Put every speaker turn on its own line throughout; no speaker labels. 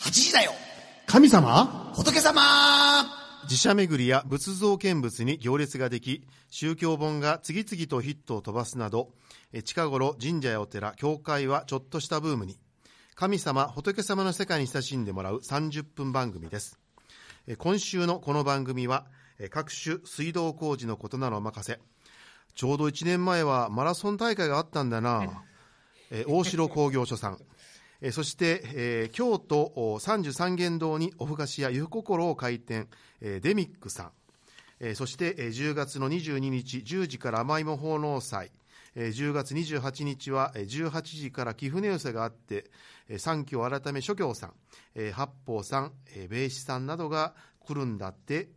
8時だよ
神様
仏様
寺社巡りや仏像見物に行列ができ宗教本が次々とヒットを飛ばすなどえ近頃神社やお寺教会はちょっとしたブームに神様仏様の世界に親しんでもらう30分番組ですえ今週のこの番組はえ各種水道工事のことならお任せちょうど1年前はマラソン大会があったんだなえー大城工業所さん、えーそして、えー京都お33元堂におふ菓子やゆふ心を開店、えーデミックさん、えーそして、えー10月の22日10時から甘いも奉納祭、えー10月28日は、えー18時から貴船寄せがあって、えー三教改め諸教さん、えー八方さん、えー米子さんなどが来るんだって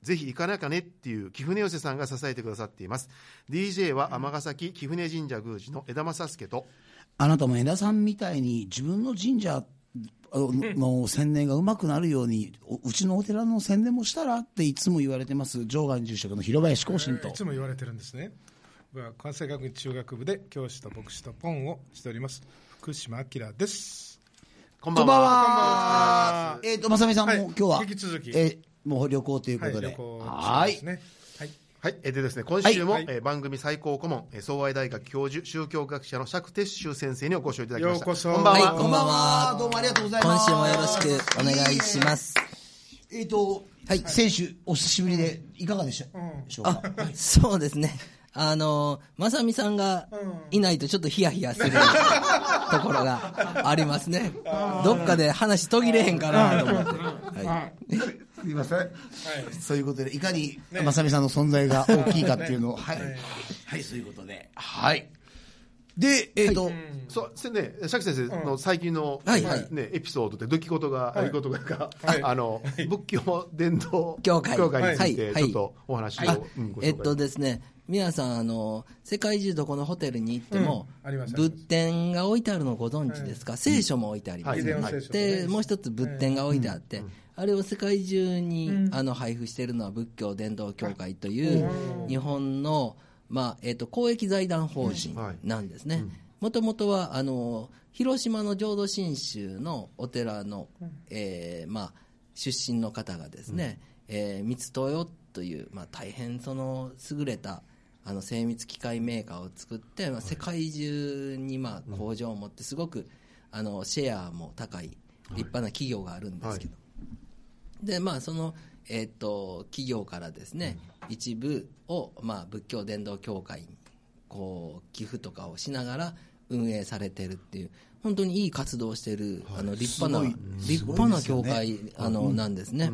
ぜひ行かなきゃねっていう貴船寄せさんが支えてくださっています DJ は尼崎貴船神社宮司の枝正助と
あなたも江田さんみたいに自分の神社あの宣伝がうまくなるようにおうちのお寺の宣伝もしたらっていつも言われてます場外住職の広林光信と
いつも言われてるんですね。僕は関西学院中学部で教師と牧師とポンをしております。福島明です。
こんば
こ
ん
ん
は
ばんはえっ、とまさみさんも
はい
今日は、
引き続き
えーもう旅行ということで、
旅行
は
中
い
ですね。はい。
はい、えーでですね、今週も、
はい
えー番組最高顧問、えー総愛大学教授、宗教学者の釈徹宗先生にお越しいただきました。
ようこそ
こんばんは。
はい
こんばんはどうもありがとうございま
今
す
週もよろしくお願いします。
えっ、と、はい、選手、お久しぶりで、いかがでしたでしょう
あ
か、、
そうですね。あの、まさみさんがいないとちょっとヒヤヒヤする ところがありますね。どっかで話途切れへんかなと思って。は
すみません。はい。そういうことで、いかに、まさみさんの存在が大きいかっていうのを、はい。はい、そういうことで、はい。で、えっ、と、
そう、せね、釈先生の最近の、
はいはい
ね、エピソードで、どきことが、どきことが、
はい
あの、仏教伝道
教会
について、
は
ち
い
ょっとお話を、
い。あ
うんご紹介
えっとですね、皆さん、あの、世界中どこのホテルに行っても
うんあります、
仏典が置いてあるのご存知ですか聖書も置いてあります
はい。
ギデオン聖書とね
でもう一つ仏典が置いてあって、あれを世界中に、あの配布しているのは仏教伝道協会という日本の、まあえっと公益財団法人なんですね。もともとはあの広島の浄土真宗のお寺の、えーまあ、出身の方がですね、えー三つ豊という、まあ、大変その優れたあの精密機械メーカーを作って、まあ、世界中にまあ工場を持ってすごくあのシェアも高い立派な企業があるんですけど、でまあその、えー、と企業からですね、一部を、まあ、仏教伝道協会にこう寄付とかをしながら運営されてるっていう本当にいい活動をしてる、あの立派な
すごい
立派な教会、あのなんですね、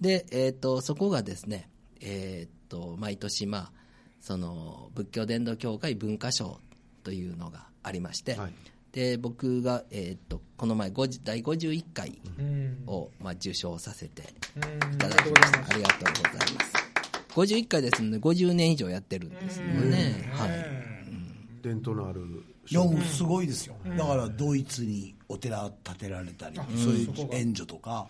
で、えー、とそこがですね、えー、と毎年、まあ、その仏教伝道協会文化賞というのがありまして、
はい
で僕が、えー、とこの前50第51回
うん。
を、まあ、受賞させてい
うん
ただきました、ありがとうございます51回ですので50年以上やってるんですよね、はい
伝統のある、
いや、もうすごいですよ。だから、ドイツにお寺建てられたり、そういう援助とか、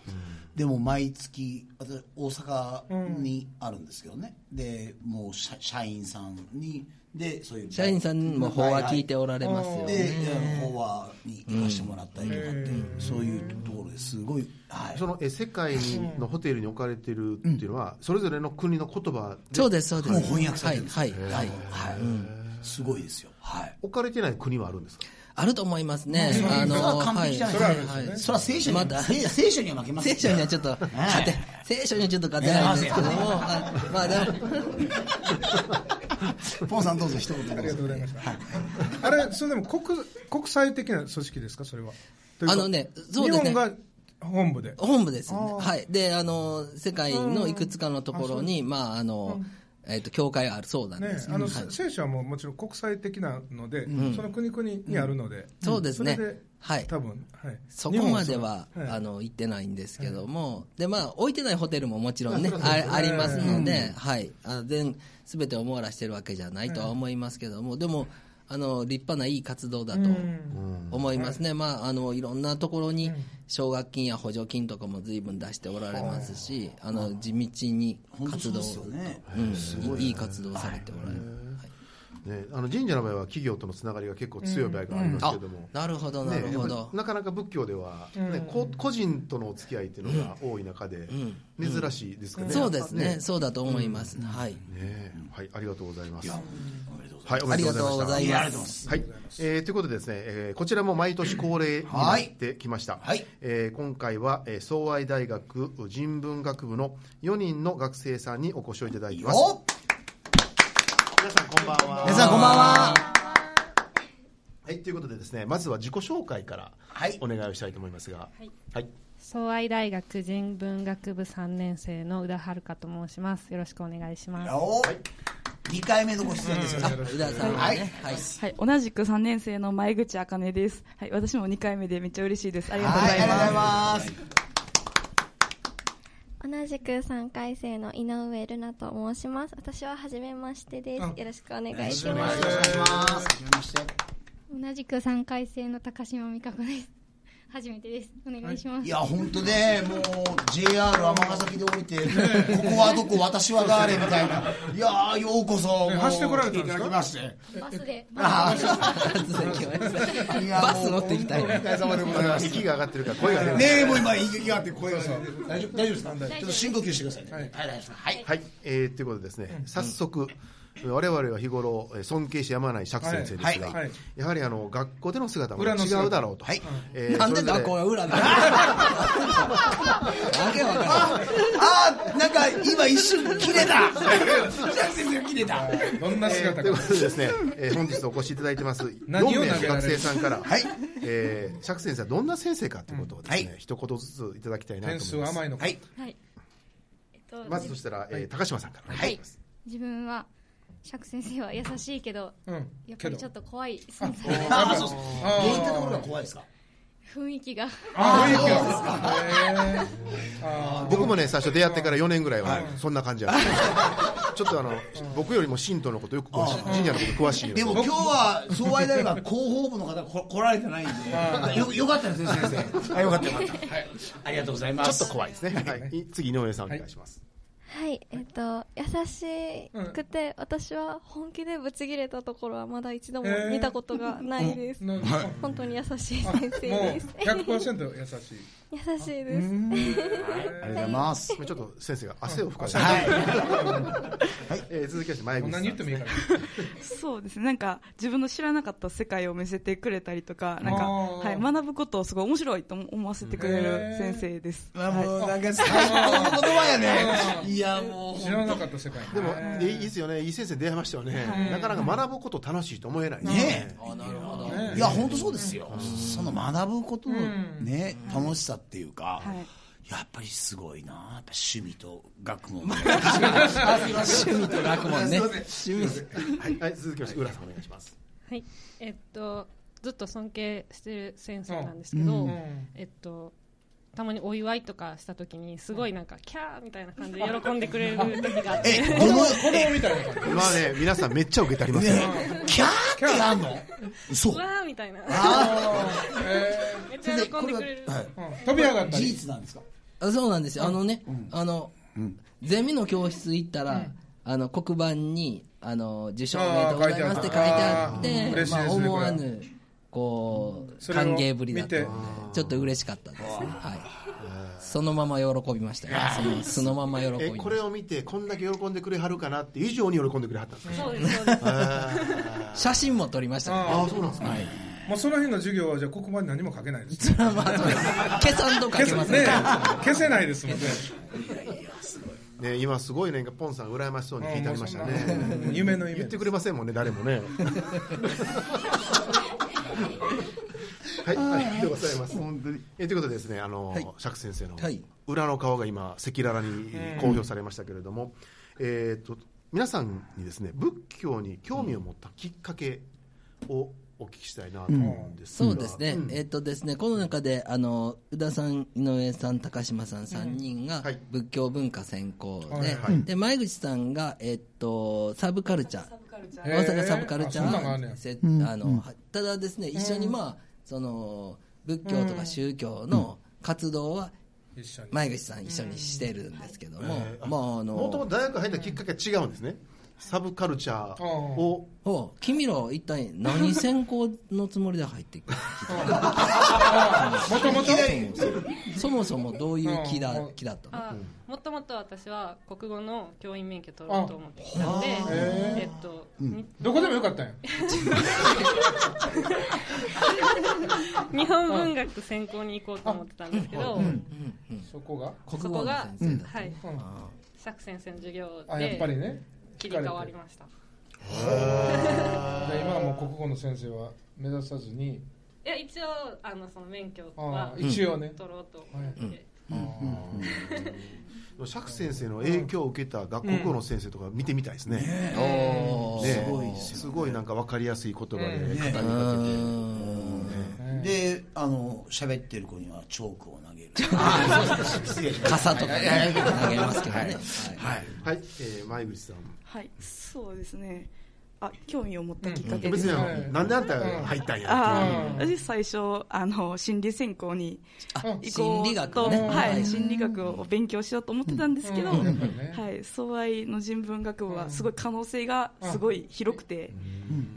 でも毎月、私大阪にあるんですけどね。で、もう社社員さんに、で、そういう。
社員さんも法は聞いておられますよね、
で、法話に行かしてもらったりとかって、そういうところですごい、はい、
その、えー世界のホテルに置かれてるっていうのは、それぞれの国の言葉で
そうですそうです
もう翻訳されてるんです
はいはい、はい
はいすごいですよ、はい、
置かれてない国はあるんですか
あると思いますね、あ
それは完
はい
璧じゃない
はい
ですか、
はい
それは聖書に、
また
聖聖書には負けますよ
聖書にはちょっと勝て、聖書にはちょっと勝てないんですけども、はいまあでも、
ポンさんどうぞ一言どうぞ
ありがとうございました。あれ、それでも国国際的な組織ですか、それは。というか
あのねそうですね
日本が本部で。
本部ですよね、はい、であの世界のいくつかのところに、まああのえっと教会があるそうなんで
ね
す、、
あの、
はい
聖書はもうもちろん国際的なので、その国々にあるので、
そうですね
それで
はい
多分、はい、
そこまでは
日本
あ
は
の行ってないんですけども、でまあ置いてないホテルももちろんねあありますので、はい、あ全全てを網羅してるわけじゃないとは思いますけども、でもあの立派ないい活動だと思いますね。まああのいろんなところに奨学金や補助金とかも随分出しておられますし、あの地道に
本当そ
活
うで
動
すよね
うんいい活動をされておられる。はい
えね、あの神社の場合は企業とのつながりが結構強い場合があります
あ
けども、
なるほどな
ね
るほど、
なかなか仏教では、ねこ個人とのお付き合いっていうのが多い中で、珍しいですかね、
そうですねそうだと思います、はい
ねはい、ありがとうございます。
は
はい、おめ
あ
で
り
と
が
うござ
と
いうま
あ
した
ござい
りがと
ま
うございますす
はい、えーということでですね、えーこちらも毎年恒例になってきました。
はい
えー今回は、えー、総愛大学人文学部の4人の学生さんにお越しをいただいています。
お
皆さんこんばんは。
皆さんこんばんは
はい、ということでですね、まずは自己紹介から
はい
お願いをしたいと思いますが、はい
い、
はい、
総愛大学人文学部3年生の宇田遥香と申します。よろしくお願いします。
お2回目のご出演ですよね
宇田さんはねはい、
はい、同じく3年生の前口茜です。はい、私も2回目でめっちゃ嬉しいです。ありがとうご
は
ざ
い
い
ありがとうご
ま
ざ
す
い。ます
同じく3回生の井上瑠奈と申します私は初めましてですよろしくお願いします
同じく3回生の高島美香子です。 初めてです。お願いします。
いや本当ね、もう JR 尼崎で降りて、ここはどこ、私は誰みたいな、いやー、ようこそ、もう
走ってこられたん
来
です
ていた
か
だきまして、
バスで。
あーいや
バス乗っていきた い
もうお疲れ様でございます。ね
息が上がってるから声が出る。
え、もう今、息があって声がさ、大丈夫大丈夫ですか、ちょっと深呼吸してくださいね、はい、大丈夫ですはい、
はい、えーということでですね、早速、我々は日頃、えー尊敬してやまない釈先生ですが、
はい
はい
やはりあの学校での姿も
裏の姿
違うだろうと、
はい
えー
なんで
それぞれ
学校 が裏なのわけわからん
あー、なんか今、一瞬、切れた、先生が切れた、
どんな
えー
姿
という
か
こ。とでですね、えー本日お越しいただいてます4
何を投
名
げら
の
れる
学生さんから、
はい
えー釈先生はどんな先生かということをですね、
はい
一言ずついただきたいなと思
点
い
数
ま
は
す。
甘いのか。
はい、
はい。えっと、
まずそしたら、えー高島さんから、、
はい
自分は、釈先生は優しいけど、
うん。
やっぱ
けど
りちょっと怖い存在
あー、そうそう、
あー
芸人ってところが怖いですか、
雰囲気 が。
ああ、いい
そう
か。へーあ
僕もね最初出会ってから4年ぐらいはね、そんな感じやったちょっとあの僕よりも神道のことよく詳しい神社のこと詳しいの
でも今日は総愛大学広報部の方こ来られてないんで、よよかったですね、先生。はい、よかったよかった。はい、ありがとうございま
ちょ
す。
っと怖いですね。はい、い次井上さんお願いします。
はいえっ、と優しくて、私は本気でブチギレたところはまだ一度も見たことがないです、
な
本当に優しい
あ
先生
もう
です
100%優しい。
優しいです
ありがとうございます。
ちょっと先生が汗を吹かして、えー続きまして前
こん
口さ
なんに言ってもいいかな。
そうですね、なんか自分の知らなかった世界を見せてくれたりとか、なんか、
あー
はい、学ぶことをすごい面白いと思わせてくれ
へー
る先生です。
あ
はい
もうなんか最高の言葉やね。いやもう
知らなかった世界。
でもいいいいですよね。いい先生出会いましたよね。なかなか学ぶこと楽しいと思えない。
ね
あなるほど
え。いや本当そうですよ。その学ぶことのね楽しさっていうか。やっぱりすごいなやっぱ趣味と学問趣味と学問ね趣味
はい、はい、続きまして浦さんお願いします。
はい、えっと、ずっと尊敬してる先生なんですけど、えっと。たまにお祝いとかしたときに、すごいなんか、キャーみたいな感じで喜んでくれる時があって。
えどの
子供みたいな感じ。
まあね皆さんめっちゃ受けたりますよ。
ねキャーってやんのそう
わーみたいな。
え
めっちゃ喜んでくれる。
はい
ーうん飛び上がった
事
り。
実なんですか
あそうなんですよあのね、あの、ゼミの教室行ったら、あの黒板にあの「受賞おめでとうございます」って書いてあっ
あー書いてあったあー嬉し
て
いですね
まあ、
これ
思わぬこう
それを
歓迎ぶりだと
見て
ちょっと嬉しかったですね、はい、そのまま喜びましたよそのそのまま喜
え
びま
こ
し
れを見てこんだけ喜んでくれはるかなって以上に喜んでくれはったんです。
そうです。そうです。
た写真も撮りましたから
ああそうなんですか。
もうその辺の授業はじゃあ黒板に何も書けないです。
まあそうです消さんとか
消
け
せ
ません
ね
から
消せないですもんね。
ね今すごいねポンさん羨ましそうに聞いてありましたね。
うん夢の
言
夢
って。くれません もんね誰もね。はい、ありがとうございます。本当に。えということでですね、あの、
はい
釈先生の
はい
裏の顔が今赤裸々に公表されましたけれども、えっと皆さんにですね、仏教に興味を持ったきっかけをお聞きしたいなと思うんですが。
そうですね、えっとですね、この中で、あの、宇田さん、井上さん、高島さん、3人が
はい
仏教文化専攻
はい
で、
はい
で、前口さんが、えっと、サブカルチャー、
へー
大阪サブカルチャ
あそんなんがあんね
ー
や
せあの、はただですね、一緒にまあ、その、仏教とか宗教の活動は、
一緒に。
前口さん一緒にしてるんですけども、まあ、あの、
もともと大学入ったきっかけは違うんですね。サブカルチャーを
お君らは一体何専攻のつもりで入ってきた
もともと
そもそもどういう気だ
うん
気だったの
あもともと私は国語の教員免許取ろうと思っていたので
あへー
えっと、に
どこでもよかったんや
日本文学専攻に行こうと思ってたんですけど、
そこが
そこが、
先生だ
はい
うん
釈先生の授業
あやっぱり
で
ね
切り替わりました
じゃあ今はもう国語の先生は目指さずに
いや一応あのその免許
あ
は
ー一応ね
取ろうと思って、
釈先生の影響を受けた学校校の先生とか見てみたいですね,、
おー
ね
すごいですよね
すごいなんか分かりやすい言葉で語りかけて、
うーん
であの喋ってる子にはチョークを投げる失礼しました
傘とかね投げますけどねは
は
い
い
はい、えー、前口さん
はい、そうですね。あ、興味を持ったきっかけで
別
す。
にあの、
はい
なんであんたが入ったんやっていう
ああ、私最初、あの、心理専攻に
あ
行こ
心
う
理学
と、
ね
は
はい
い、心理学を勉強しようと思ってたんですけど、
うんやっぱりね
はい、相愛の人文学部はすごい可能性がすごい広くて、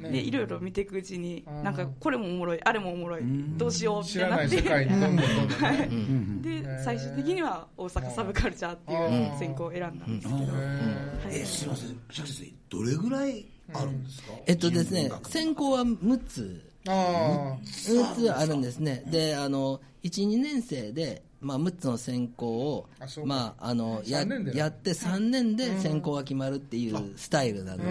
で、いろいろ見ていくうちに、
うん
なんかこれもおもろい、あれもおもろい、どうしようっ
知
て
ら
な
ない
っ
世
て、
界にどんどんどんどんね
で、最終的には大阪サブカルチャーっていう専攻を選んだんですけど、はい
えすいません釈先生どれぐらいあるんですか、
えっとですね専攻は6つ
あー
6つあるんですねであの12年生で、まあ、6つの専攻を
あそうか
まあ、あのや
三年でね
やって3年で専攻が決まるっていうスタイルなので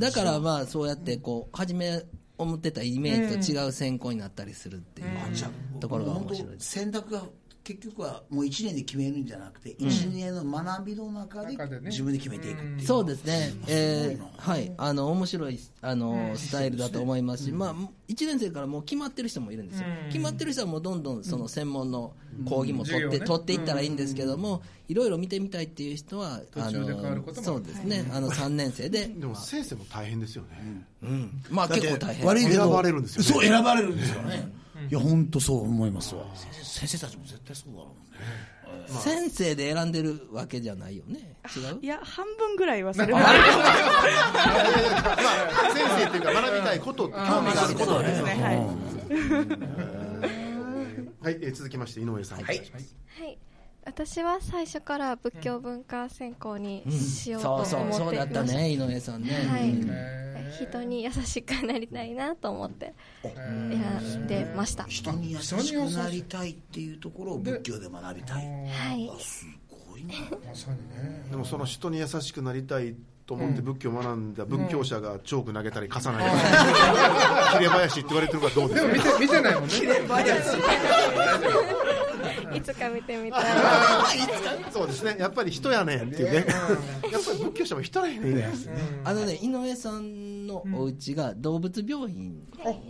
だからまあそうやってこう初め思ってたイメージと違う専攻になったりするっていう
じゃ
ところが面白いです
選択が結局はもう1年で決めるんじゃなくて1年の学びの中で
中でね
自分で決めていくっていう、
そうですね、えーはい、あの面白いあの、スタイルだと思いますし、まあ、1年生からもう決まってる人もいるんですよ、決まってる人はもうどんどんその専門の講義も取って,、
授業ね
取っていったらいいんですけども、いろいろ見てみたいっていう人は、あ
途中で変わる
の
ことも
そうですね、あの3年生で、
でも先生も大変ですよね、
うんまあ、結構大変
悪いけど
選ばれるんですよね
そう選ばれるんですよね、いや本当そう思いますわ先生たちも絶対そうだろうね
先生で選んでるわけじゃないよね、違う
いや、半分ぐらいはそれはある
まあ、先生っていうか学びたいことって興味があること
そうですね、はい。
はい、えー続きまして井上さん、はい、
はい私は最初から仏教文化専攻にしようと
そ
思
う
ってい
そう、
ました、
そうだったね、井上さんね。
はい
うん
人に優しくなりたいなと思って選んでましたは
人に優しくなりたいっていうところを仏教で学びたい
い
すごいな
まさにね
でもその人に優しくなりたいと思って仏教を学んだ仏教者がチョーク投げたり傘投げたり、切れ林って言われてるからどうで
ですも
か
見て見てないもんね
いつか見てみたい
そうですねやっぱり人やねんっていうねやっぱり仏教者も人やねんね
あのね、井上さんのお家が動物病院なんで、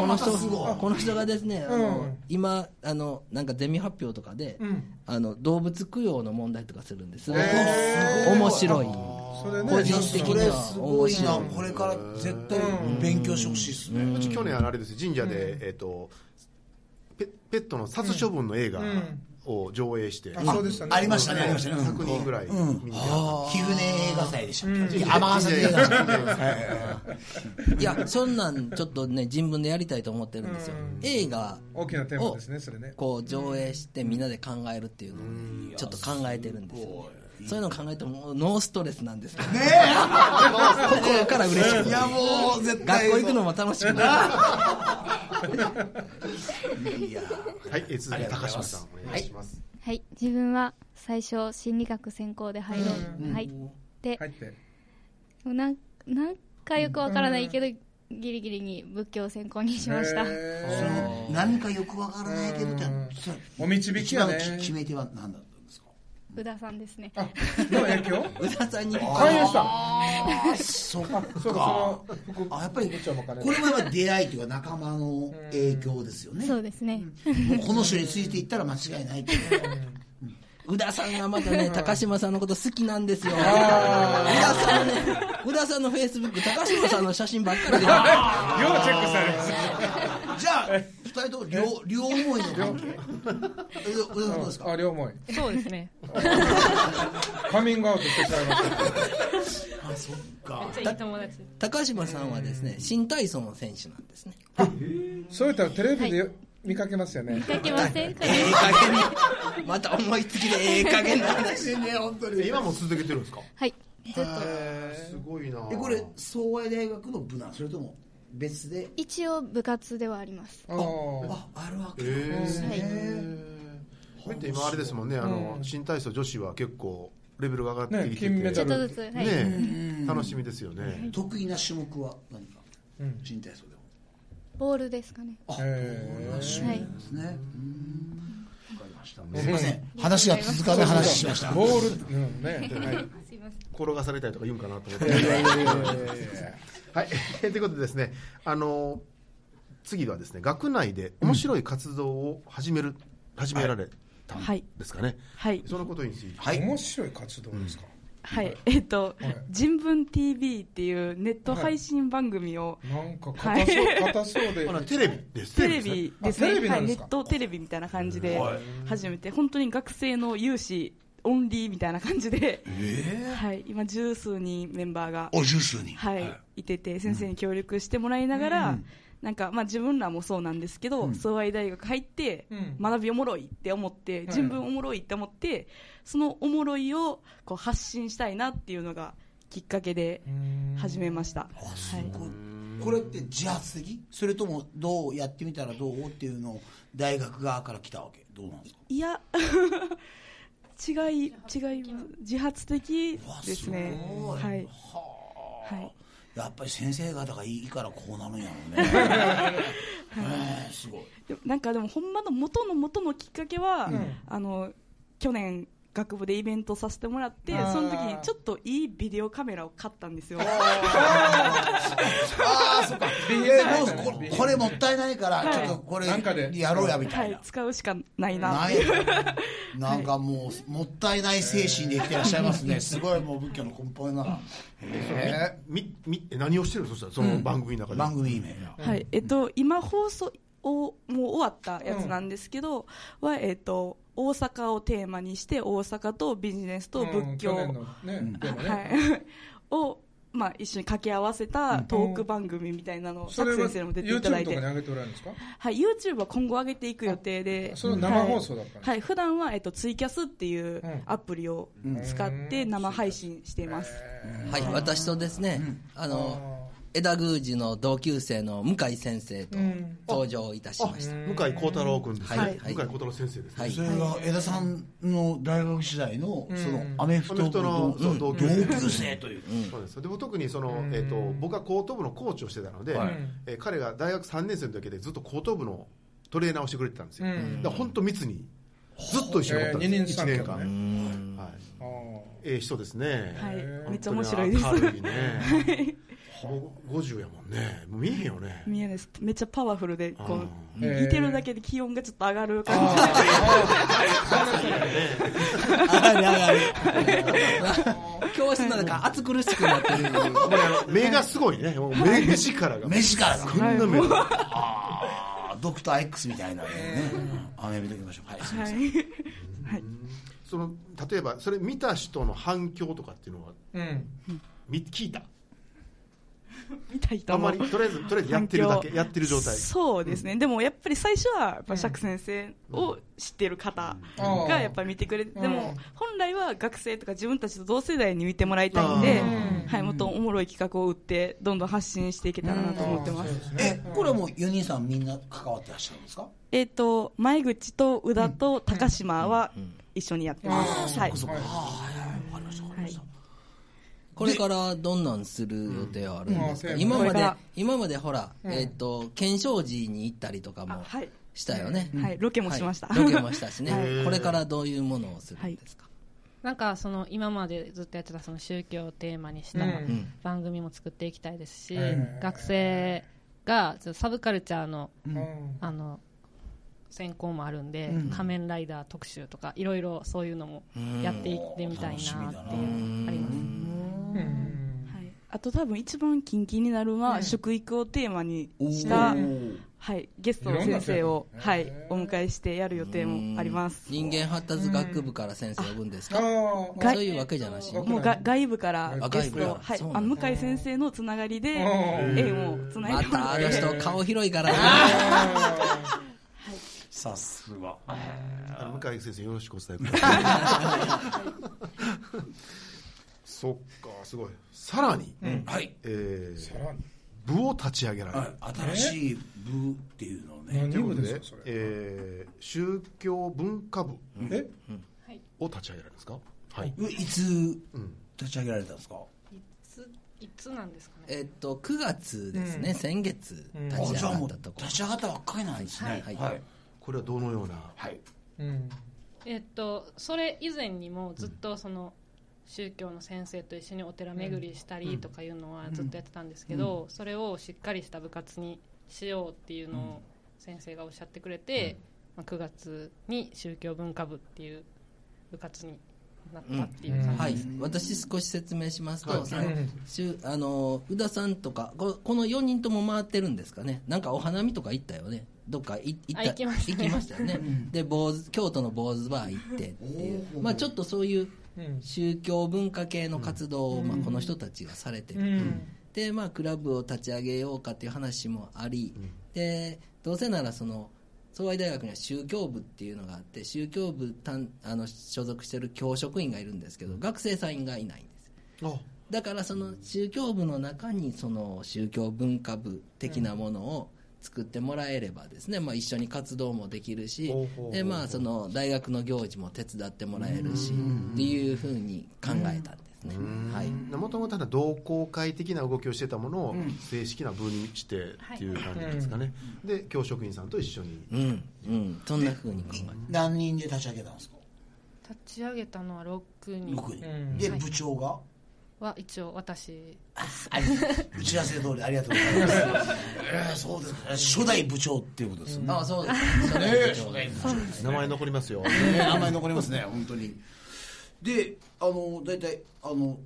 この人、この人がですね、あの、今、あの、なんかゼミ発表とかで、あの、動物供養の問題とかするんです。面白い。
それね
個人的
こ
に
れ
は
す
面
ごいな
白い。
これから絶対勉強してほしいですね、
うち去年あれですよ神社で、えっ、とペペットの殺処分の映画を上映して、
あそうでしたね
ありましたねありましたね
100人ぐらい見に行って
貴船映画祭でしたっけ、
神社
天ヶ崎映画祭
いや、そんなん、ちょっとね、人文でやりたいと思ってるんですよ。映画
大きなテーマですねそれね
こう上映してみんなで考えるっていうのをちょっと考えてるんですよねそういうのを考えてもノーストレスなんですけどね 心から嬉しく
い
て
やもう絶対
学校行くのも楽しくてあ
いや
はい、えー続いて高島さんお願いします、
はい自分は最初心理学専攻で入ろう入って
入って
なんなんかよくわからないけどギリギリに仏教専攻にしました
そ
へ
の何かよくわからないけどじゃあそれ
ーお導き
一
や
番
ね
き決め手は何だったんですか
宇田さんですね
あの影響
宇田さんに
関連した
あそっか
そうかその
あやっぱり
ちゃんも兼ね て
これもやっぱり出会いというか仲間の影響ですよね
そうですね
もうこの人についていったら間違いないっていう
宇田さんがま たね高島さんのこと好きなんですよ宇田さんね宇田さんのフェイスブック高島さんの写真ばっかり
よう
で
チェックされます
じゃあ二人とも両両思いの関係え宇田さんどうですか
あ両思い
そうですね
カミングアウトしてしまいました。
あそっか
めっちゃいい友達
高島さんはですね、新体操の選手なんですね。
そういったらテレビで見かけますよね。
見かけませんかね
ええ加減な、また思いつきでええ加減な話ね、本当に。
今も続けてるんですか
はい。ずっと。
すごいな
えこれ総合大学の部なんそれとも別で
一応部活ではあります。
あー
ああるわけなんで
え
す
ー
は
ね
い、
これって今あれですもんねあの新体操女子は結構レベルが上がってきてて
ね金メダ
ちょ
ル
っとずつ。はい。
ね楽しみですよね
得意な種目は何か
うん
新体操でも
ボールですかね。
あ、
えー
これは趣味なんですね、うんわかりましたすいません
ん
話が続かない話しました
ボール、うんね。はい
すいません。
転がされたりとか言うんかなと思っ
い やい
て
やいやいやいやいや
はい、 ということでですね、あの次はですね、学内で面白い活動を始める、始められたん
はい
ですかね。
はい
そのことについて、
はい
面白い活動ですか。
はい、えっと
はい
「人文 TV」っていうネット配信番組を、
なんか硬そう、
はい
硬そうで
あ。のテレビです。
テレビです
あテレ
ね
ビな
は
ん
い、
で
ネ
すか
ットテレビみたいな感じで始めて本当に学生の有志オンリーみたいな感じで、はい、今十数人メンバーが、
おジュースに
はい、いてて先生に協力してもらいながら、なんかまあ自分らもそうなんですけど、総愛大学入って
うん
学びおもろいって思って、人文おもろいって思ってそのおもろいをこう発信したいなっていうのがきっかけで始めました。
あすごいこれって自発的それともどうやってみたらどうっていうのを大学側から来たわけどうなんですか
いや 違い違い自発的ですね
うわすごい
はいはい
やっぱり先生方がいいからこうなるんやろう ねえーすごい
でもなんかでもほんまの元の元のきっかけは、あの去年学部でイベントさせてもらって
あー
その時にちょっといいビデオカメラを買ったんですよ
ああそっか
はい
もうここれもったいないから
はい
ちょっとこれ
なんかで
やろうやみた
はいい
な
使うしかないな
ないなんかもうもったいない精神で生きてらっしゃいますねすごいもう仏教の根本なへ
み、み、え何をしてるの、そしたら、その番組の中
え
で。
番組いいね
はいえっと、今放送をもう終わったやつなんですけど、はえっと大阪をテーマにして大阪とビジネスと
うん
仏
去
教、
年のね、でもね
はい、を、まあ、一緒に掛け合わせたトーク番組みたいなのを、
そ
佐
れ
久
は
先生にも出ていただい
YouTube とか
て、
に
はい、
上げておられるんですか
YouTube は今後上げていく予定で、
それは生放送だったんですか
はいはい、普段はえっとツイキャスっていう
うん
アプリを使って生配信しています。
はい、私とですね、あの、枝宮司の同級生の向井先生と登場いたし
あ
ました。
向井幸太郎君ですね。
はい
向井幸太郎先生ですね。
はい
それが江田さんの大学時代のそのアメフ
そ
ト
の
部
人の
の
そ
同
う同級生
級生という
そうですでも特にその、えー、と僕は高等部のコーチをしてたので、えー彼が大学3年生の時でずっと高等部のトレーナーをしてくれてたんですよ、だから本当密にずっと一緒におったん
えー二
で
人
す、
三
1年
脚
間、
ね
はい、
あー
ええ人ですね、
はい
本当に
めっちゃ面白いです
明るいねもう50やもんねもう見えへんよね
見えないですめっちゃパワフルでこう
あー
見てるだけで気温がちょっと上がる感じ
あるあるある教室の中、暑苦しくなってる。
これあの目がすごいねもう目目力が
目力が
こんな目が
あドクター X みたいなねうんアメフト行きましょうはいすいません
で、
その例えばそれ見た人の反響とかっていうのは
うん
み聞いた
見た人
あん
も
まりとりあえずとりあえずやってるだけ
環境
やってる状態
そうですね、でもやっぱり最初はやっぱ釈先生を知ってる方
うん
がやっぱり見てくれて、
うん
でも本来は学生とか自分たちと同世代に見てもらいたいんで、はい、もっとおもろい企画を打ってどんどん発信していけたらなと思ってます、
えこれはもう4人さんみんな関わってらっしゃるんですか
えっ、と前口と宇田と高島は一緒にやってます、はい
これからどんなんする予定はあるんですか、
うん
今ま
これか
で
ら、
今までほら、えっ、と、検証時に行ったりとか
あ
も
はい
したよね。
はいロケもしました
はいロケもしたしね、
は
これからどういうものをするんですか、
なんかその今までずっとやってたその宗教をテーマにした
うん
番組も作っていきたいですし、
うん
学生がちょっとサブカルチャーの
うん
あの選考もあるんで、仮面ライダー特集とかいろいろそういうのもやっていってみたいなっていうのがあります。
うん
はいあと多分一番近畿になるのは、
うん
食育をテーマにした、
ー
はい、ゲストの先生を、
いろんな先生
はい
へ、ー
お迎えしてやる予定もあります。
人間発達学部から先生呼ぶんですか、
あ
が
そういうわけじゃなしに
あ
もうが外部から
あ
ゲ
外部
スト、
から
はい
そう、な
あ
ん
向
だ
井先生のつながりで
うん
縁をつない
ま
でもら
た
っ
あ
て
の人顔広いからね
さすが
あの向井先生よろしくお伝えく ださいそっかすごいさらに、
はい、
えー
さらに
部を立ち上げられる、
はい、新しい部っていうのをね
何
というこ
部
と
です
で
かそ、れ
えー宗教文化部
え
を立ち上げられるんですか、はい
いつ
うん
立ち上げられたんですか
ついつなんですかね
えっと9月ですね、先月立ち
あ
上
じゃあ
が
も
っ
う
たところ、
立ち上がったばっかりなんですね
はい
はい
これはどのような、
はい
うん
えっとそれ以前にもずっとその宗教の先生と一緒にお寺巡りしたりとかいうのはずっとやってたんですけど、それをしっかりした部活にしようっていうのを先生がおっしゃってくれて、まあ、9月に宗教文化部っていう部活になったっていう感じ
はい
です、、
私少し説明しますと、
はい
そのしゅあの宇田さんとかここの4人とも回ってるんですかねなんかお花見とか行ったよねどっかい行った
あ行きましたね
たよねで坊主京都の坊主バー行ってっていう、まあ、ちょっとそういう
うん
宗教文化系の活動を、まあ、この人たちがされてる、でまあクラブを立ち上げようかっていう話もあり、でどうせならその総合大学には宗教部っていうのがあって宗教部単あの所属してる教職員がいるんですけど学生さんがいないんです
あ
だからその宗教部の中にその宗教文化部的なものを作ってもらえればですね、まあ、一緒に活動もできるし
ほうほうほうほう
で、まあ、その大学の行事も手伝ってもらえるしっていうふうに考えたんですね、はい、
もともとは同好会的な動きをしてたものを正式な部にしてっていう感じですかね、で教職員さんと一緒に
うんうん、そんなふうに考えて
何人で立ち上げたんですか
立ち上げたのは6人
6人、
うん
で部長が
は一応私
打ち合わせ通りありがとうございます、えー、そうです初代部長っていうことですよね、
あそうですね
名前残りますよ、
ね、名前残りますね、本当に。で、あの、大体、あの、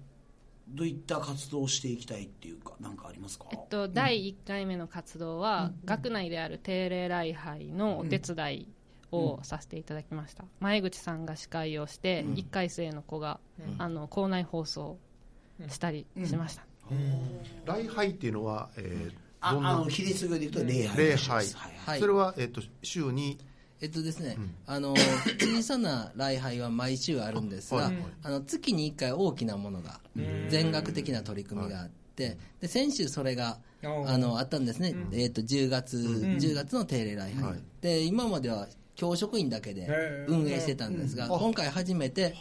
どういった活動をしていきたいっていうか、なんかありますか
えっと、第1回目の活動は、学内である定例礼拝のお手伝いをさせていただきました、前口さんが司会をして、1回生の子が、あの校内放送したりしました、
礼拝っていうのは、えー
あ、
どん
あ
な
の、比率で言うと礼拝
礼
です。
拝、
はい
それは、えっと週に
えっとですね、あの小さな礼拝は毎週あるんですが、
はい
あの月に1回大きなものが全額的な取り組みがあって、で先週それが
おー
あのあったんですね、えっと10月、10月の定例礼拝、
はい
で今までは教職員だけで
へー
運営してたんですが、今回初めて、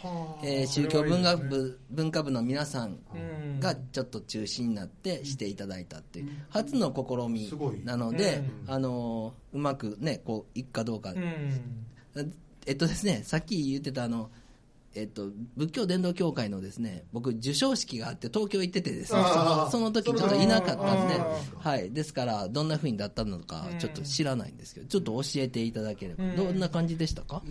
えー宗教文学部文化部の皆さん
うん
がちょっと中心になってしていただいたっていう初の試み
すごい
なので、あのうまくねこういくかどうか、
うん
えっとですねさっき言ってたあのえっと、仏教伝道協会のですね僕、授賞式があって東京行っててですね
あー
その時ちょっといなかったんで
あ
はい、ですからどんな風にだったのかちょっと知らないんですけどちょっと教えていただければどんな感じでしたか、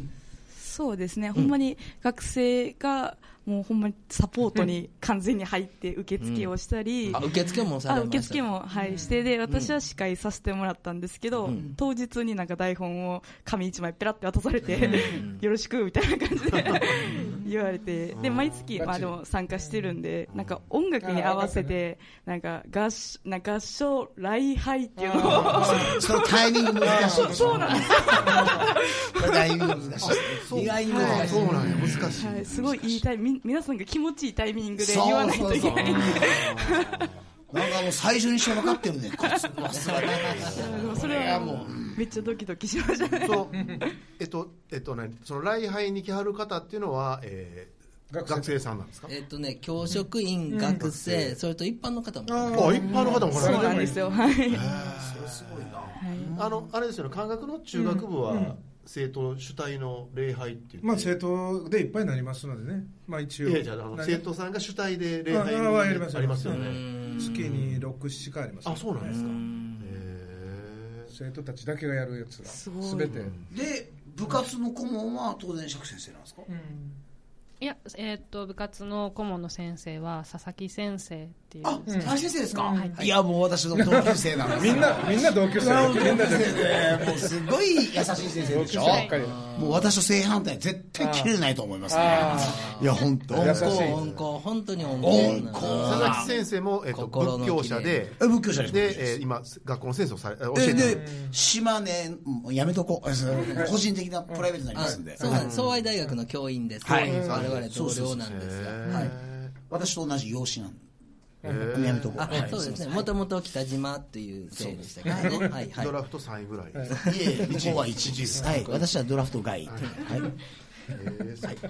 そうですね、ほんまに学生が、もうほんまにサポートに完全に入って、受付をしたり、
あ受付もさ
あ
れました
受付も、はい、してで私は司会させてもらったんですけど、当日になんか台本を紙一枚ペラって渡されて、 よろしくみたいな感じで 言われてで毎月、まあ、でも参加してるんでなんか音楽に合わせてなんか合唱なんか合唱礼拝っていうのを
そのタイミング難しいでしょ。そう なんですタイミング難しい。意外に難しい。
そうなんや難しい、
はい、すごいいいタイミング、み皆さんが気持ちいいタイミングで言わないといけない。
なんかもう最初にして分かってるね。こいつ
でもそれはもう、めっちゃドキドキしましたね。
そのえっとえっとねその礼拝に来はる方っていうのは、えー
学
学
生
生さんなんですか、
えっとね、教職員、学生、それと一般の方も、
あ一般の方も来
そ
られる
うなんですよ。はい。
あのあれですよね、漢学の中学部は生徒主体の礼拝って言って、
まあ生徒でいっぱいになりますのでねまあ一応
いやいやあの
何
生徒さんが主体で礼拝
ああああやります
ありますよね。
月に67回あります
あ、そうなんですか。へ
生徒たちだけがやるやつがすべて
で、部活の顧問は当然釈先生なんですか
いや、えーっと部活の顧問の先生は佐々木先生っていう
あ、佐々木先生ですか、いや、もう私の同級生なんです
みんな、みんな同級生。みんな同級生。
もうすごい優しい先生
同
で
級
し
生
ょ
ばっかり。
もう私と正反対絶対切れないと思いますね
あ
いや本当
温
優しい
厚温厚本当に温
温
厚
厚
な
佐々木先生も、えっと、
心の
仏
綺麗
教者で、
え仏教者です仏教者
で、
で
えー今、学校の先生をされ、えー教
で
えてる。
で島根もうやめとこうえそう個人的なプライベートになりますんで
そうなんです総愛大学の教員です、
はい
我々同僚なんですがはい
私と同じ養子なん
え
でやめとこう
あ
はい
そうですねもともと北島っていう姓でしたからねはいはい
ドラフト3位ぐらいです。
いえいえここは一時ですはい私はドラフト外はい
えー、そっか。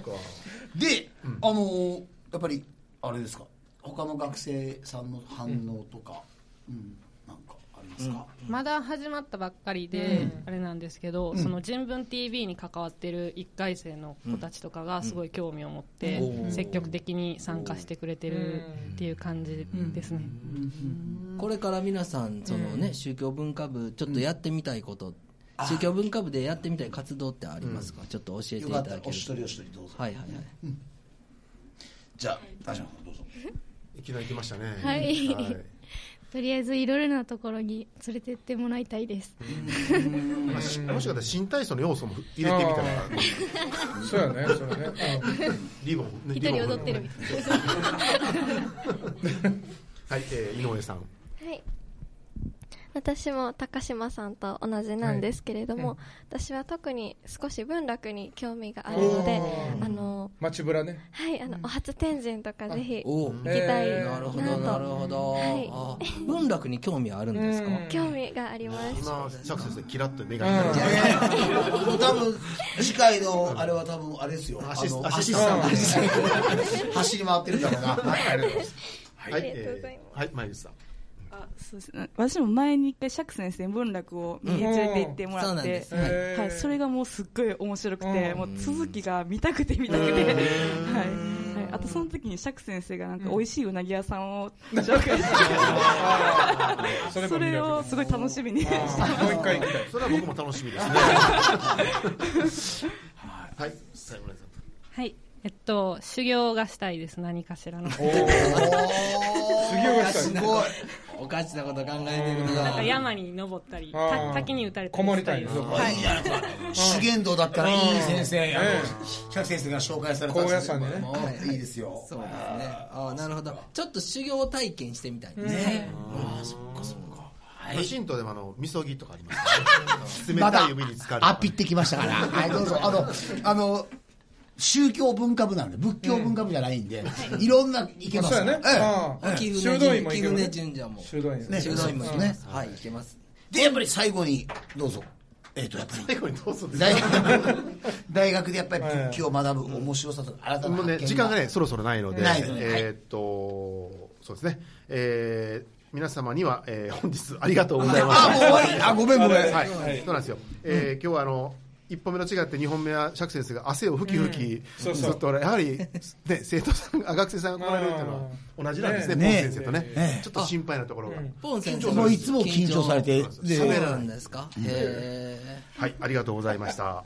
で、あのーやっぱりあれですか他の学生さんの反応とか、うんなんかありますか、
まだ始まったばっかりで、あれなんですけど、その人文 TV に関わってる1回生の子たちとかがすごい興味を持って、積極的に参加してくれてるっていう感じですね、
これから皆さんそのね、宗教文化部ちょっとやってみたいこと、宗教文化部でやってみたい活動ってありますか、ちょっと教えてい
よか
ただ
ったら
ける
お
と
一人お一人どうぞ、
はいはいはい、
じゃあ田島さんどうぞ
いきなり来ましたね。
はいとりあえずいろいろなところに連れてってもらいたいです。
まあしもしかしたら新体操の要素も入れてみたら、
そうやね、そうやね。
リボン、ね
一
リボン
人踊ってるみたい
はい、えー、井上さん。
はい私も高島さんと同じなんですけれども、私は特に少し文楽に興味があるので
おー
あの
街ぶらね。
はいあの、お初天神とかぜひ
おお、
行きたい
えー
な
な
る
と、
ほどなるほど、
はい
あ文楽に興味あるんですか、
うん
興味があります
今、釈先生、キラッと目が光る。
多分次回のあれは多分あれですよ
アシス
あの
アシスタント
アシスタント走り回ってるんだろうなはいありがとうございます
はい、
ありがとうござい
えー、
ま
はい、まゆさん。
あそうですね私も前に一回釈先生に文楽を見に連れて行っても
そ
ら
う
っ
なんで
て
す、、はい
えー
はい、それがもうすっごい面白くて、
うん
もう続きが見たくて見たくて、はいはい、あとその時に釈先生がなんか美味しいうなぎ屋さんを紹介し
そ
て、
れ
そ
も見
れ
れる
をすごい楽しみにしてます
あーもう一回行きたい。
それは僕も楽しみですね。はい、最後のさん。
はいえっと修行がしたいです何かしらの
杉尾がしたい
すごい
おかしなこと考えてる
なん
な
か山に登ったり
あー
た滝に打たれた
こ
り
も
し
り
た
た
い
い
で
ですす。
いいじゃないですか修験道だったらいい先生あの釈先生が紹介された
高野山にね
もういいですよ
そうですねああなるほどちょっと修行体験してみたいですね、
ねあーそっかそっか
はい、シントでもあの、みそぎとかあります、ね。冷たい指に浸かる。
アピってきましたから、 はい、どうぞ、あの、あの、宗教文化部なんで、仏教文化部じゃないんで、いろんな、いけ
あ
ま
そう
す
やね。
え
あー
貴
修
船
道
神
院も
貴
行ける
船
ね。
神社も
修道院。
ね
修道院も行き
そう
ま、
です
はい行けます
えで、やっぱり最後に、どうぞ。えっ、と、やっぱ り、
最後にどうぞです。
大学、大学でやっぱり仏教を学ぶ面白さとか、新たな
も
発
う
見
ね、時間がね、そろそろないので、
ないので
えーっと、そうですね、えー皆様には、えー本日ありがとうございました。
あ、もう終わり。あ、ごめんごめん。
はい、そうなんですよ。えー今日はあの一歩目と違って二本目は釈先生が汗をふきふき、
そう
ず
そう
っと俺やはりね生徒さんがあ学生さんが来られるっていうのは同じなんですね。
ねえ
ポン先生とね
ねえ
ちょっと心配なところが。
ポン先生
もういつも緊張されて、で
そうなんですか、へえ
はい、ありがとうございました。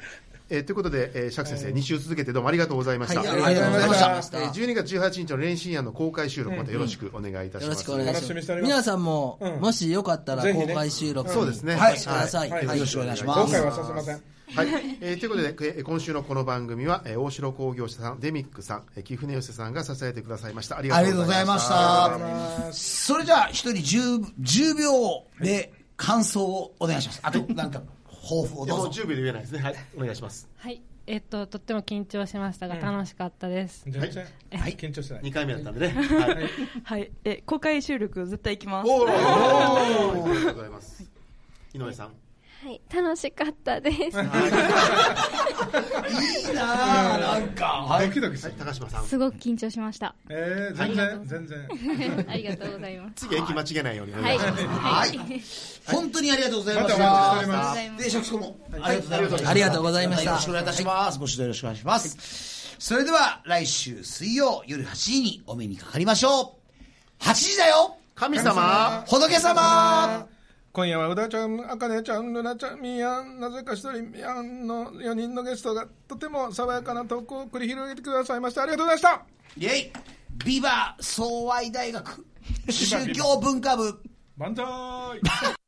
えーということで、えー、釈先生、2週続けてどうもありがとうございました。
はい
ありがとうございま
した
えー12月18日の練習案の公開収録、またよろしくお願いいたし
よ
ま
ろ
す。
しくお願い
楽しみ
しま
にしてお
す。
ります
皆さんも、
うん
もしよかったら
ぜひ
公
ね
開収録に、
そうですね
お越しください。
はい
よろしくお願いします
今。回はさせません。
はい、えーということで、えー今週のこの番組は、えー大城工業者さん、デミックさん、えー、貴船寄せさんが支えてくださいました。あり
あ
が
り
と
がとうご
うござ
ざ
い
い
ま
ま
し。
したた。それじゃあ、一人10、10秒で感想をお願いします。あと、なんか、抱負を
いや
ど
もう
うぞ。
10秒で言えないですね。はい、お願いします。
はいえっととっても緊張しましたが楽しかったです、
全然
はい
緊張してない。
2回目だったんでね。はい。
はい、え公開収録絶対行きます。
おーおーありがとうございます。井上さん。
はい楽しかったです
いいなあなんか。はい
ドキドキす
はい
る、。
高島さん。
すごく緊張しました。
えー、全然、全然。
ありがとうございます。
次、駅間違えないようにお
は
願
い。
いします。
はい。本当にありがとうございまし
またお
た。
待ちしております
で、職長もありがとうございました。
ありがとうございました
よろしくお願いいたします。ご指導よろしくお願いします。それでは、来週水曜夜8時にお目にかかりましょう。8時だよ
神様
仏様
今夜はうだちゃん、あかねちゃん、ルナちゃん、みやん、なぜか一人、みやんの4人のゲストがとても爽やかなトークを繰り広げてくださいました。ありがとうございました
イェイビバ総愛大学宗教文化部
万歳